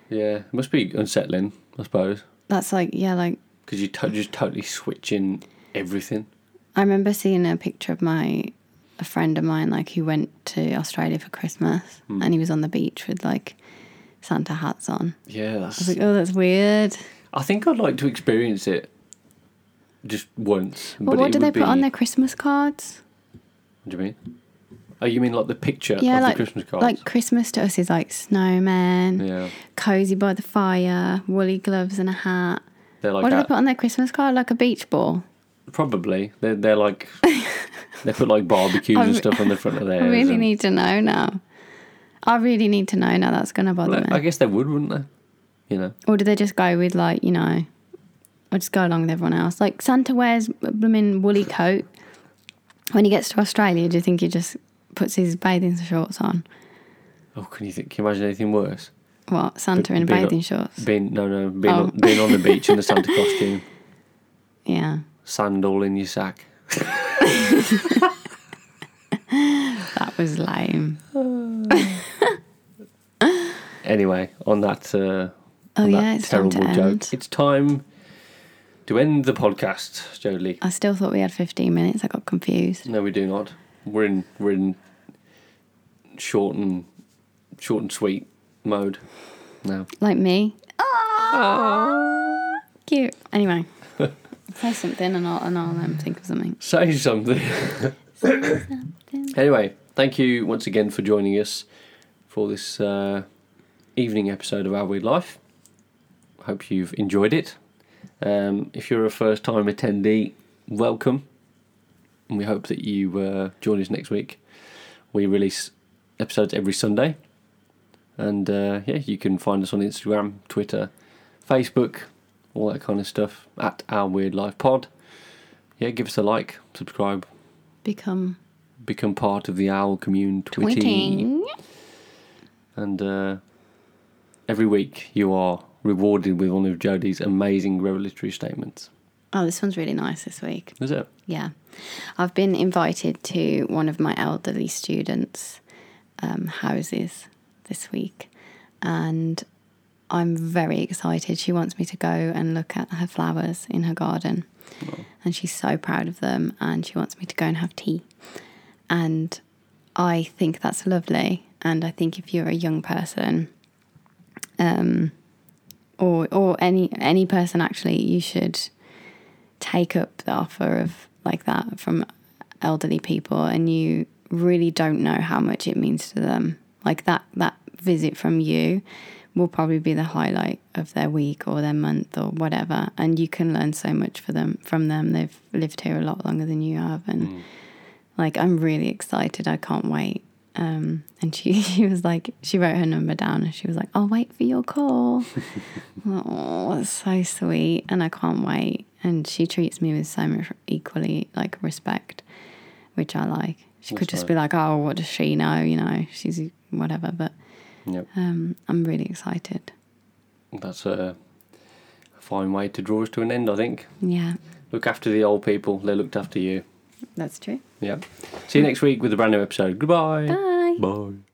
S1: Yeah, it must be unsettling, I suppose,
S2: That's like, yeah, like
S1: because you to- just totally switching everything.
S2: I remember seeing a picture of my a friend of mine like who went to Australia for Christmas
S1: Hmm.
S2: and he was on the beach with like Santa hats on.
S1: Yeah,
S2: I
S1: that's.
S2: was like, oh, that's weird.
S1: I think I'd like to experience it just once.
S2: Well,
S1: but
S2: what
S1: it
S2: do they
S1: would
S2: put on
S1: be-
S2: their Christmas cards?
S1: What do you mean? Oh, you mean like the picture
S2: Yeah,
S1: of
S2: like
S1: the Christmas cards?
S2: like Christmas to us is like snowman,
S1: yeah,
S2: cozy by the fire, woolly gloves and a hat.
S1: they're like
S2: what do they
S1: that.
S2: put on their Christmas card? Like a beach ball.
S1: Probably they're they're
S2: *laughs*
S1: like they put like barbecues and stuff on the front of theirs.
S2: I really
S1: and-
S2: need to know now. I really need to know now. That's gonna bother
S1: Well,
S2: me.
S1: I guess they would, wouldn't they? You know,
S2: Or do they just go with like, you know, or just go along with everyone else? Like Santa wears a blooming woolly coat. When he gets to Australia, do you think he just puts his bathing shorts on?
S1: oh, can you think? Can you imagine anything worse?
S2: What Santa in
S1: being a-
S2: bathing shorts?
S1: Being no, no, being,
S2: Oh.
S1: on, being on the beach in the
S2: *laughs*
S1: Santa costume,
S2: Yeah,
S1: sandal in your sack.
S2: that was lame.
S1: Anyway, on that, uh,
S2: Oh
S1: on
S2: yeah,
S1: that
S2: it's time
S1: terrible
S2: to
S1: joke,
S2: end.
S1: it's time to end the podcast, Jodie.
S2: I still thought we had 15 minutes. I got confused.
S1: No, we do not. We're in we're in short and short and sweet mode now.
S2: Like me. Ah! Cute.
S1: *laughs*
S2: Anyway, say something and I'll, and I'll um, think of something.
S1: Say something. anyway, thank you once again for joining us for this uh, evening episode of Our Weird Life. Hope you've enjoyed it. Um, if you're a first time attendee, welcome. And we hope that you uh, join us next week. We release episodes every Sunday. And uh, yeah, you can find us on Instagram, Twitter, Facebook, all that kind of stuff at Our Weird Life Pod. Yeah, give us a like, subscribe,
S2: Become
S1: become part of the owl commune twitty.
S2: twitting.
S1: and uh, every week you are rewarded with one of jodie's amazing revelatory statements
S2: Oh, this one's really nice this week.
S1: is it
S2: Yeah. I've been invited to one of my elderly students' um, houses this week, and I'm very excited. She wants me to go and look at her flowers in her garden, and she's so proud of them, and she wants me to go and have tea. And I think that's lovely. And I think if you're a young person, um, or or any any person actually, you should take up the offer of like that from elderly people and you really don't know how much it means to them like that that visit from you will probably be the highlight of their week or their month or whatever and you can learn so much for them from them they've lived here a lot longer than you have and like i'm really excited i can't wait um, and she, *laughs* she was like she wrote her number down and she was like i'll wait for your *laughs* call Oh, that's so sweet. And I can't wait. And she treats me with so much equally, like, respect, which I like. She could
S1: That's
S2: just be like, oh, what does she know? You know, she's whatever. But
S1: yep
S2: um, I'm really excited.
S1: that's a fine way to draw us to an end i think
S2: Yeah,
S1: look after the old people they looked after you
S2: that's true.
S1: yep see you next week with a brand new episode goodbye
S2: Bye.
S1: bye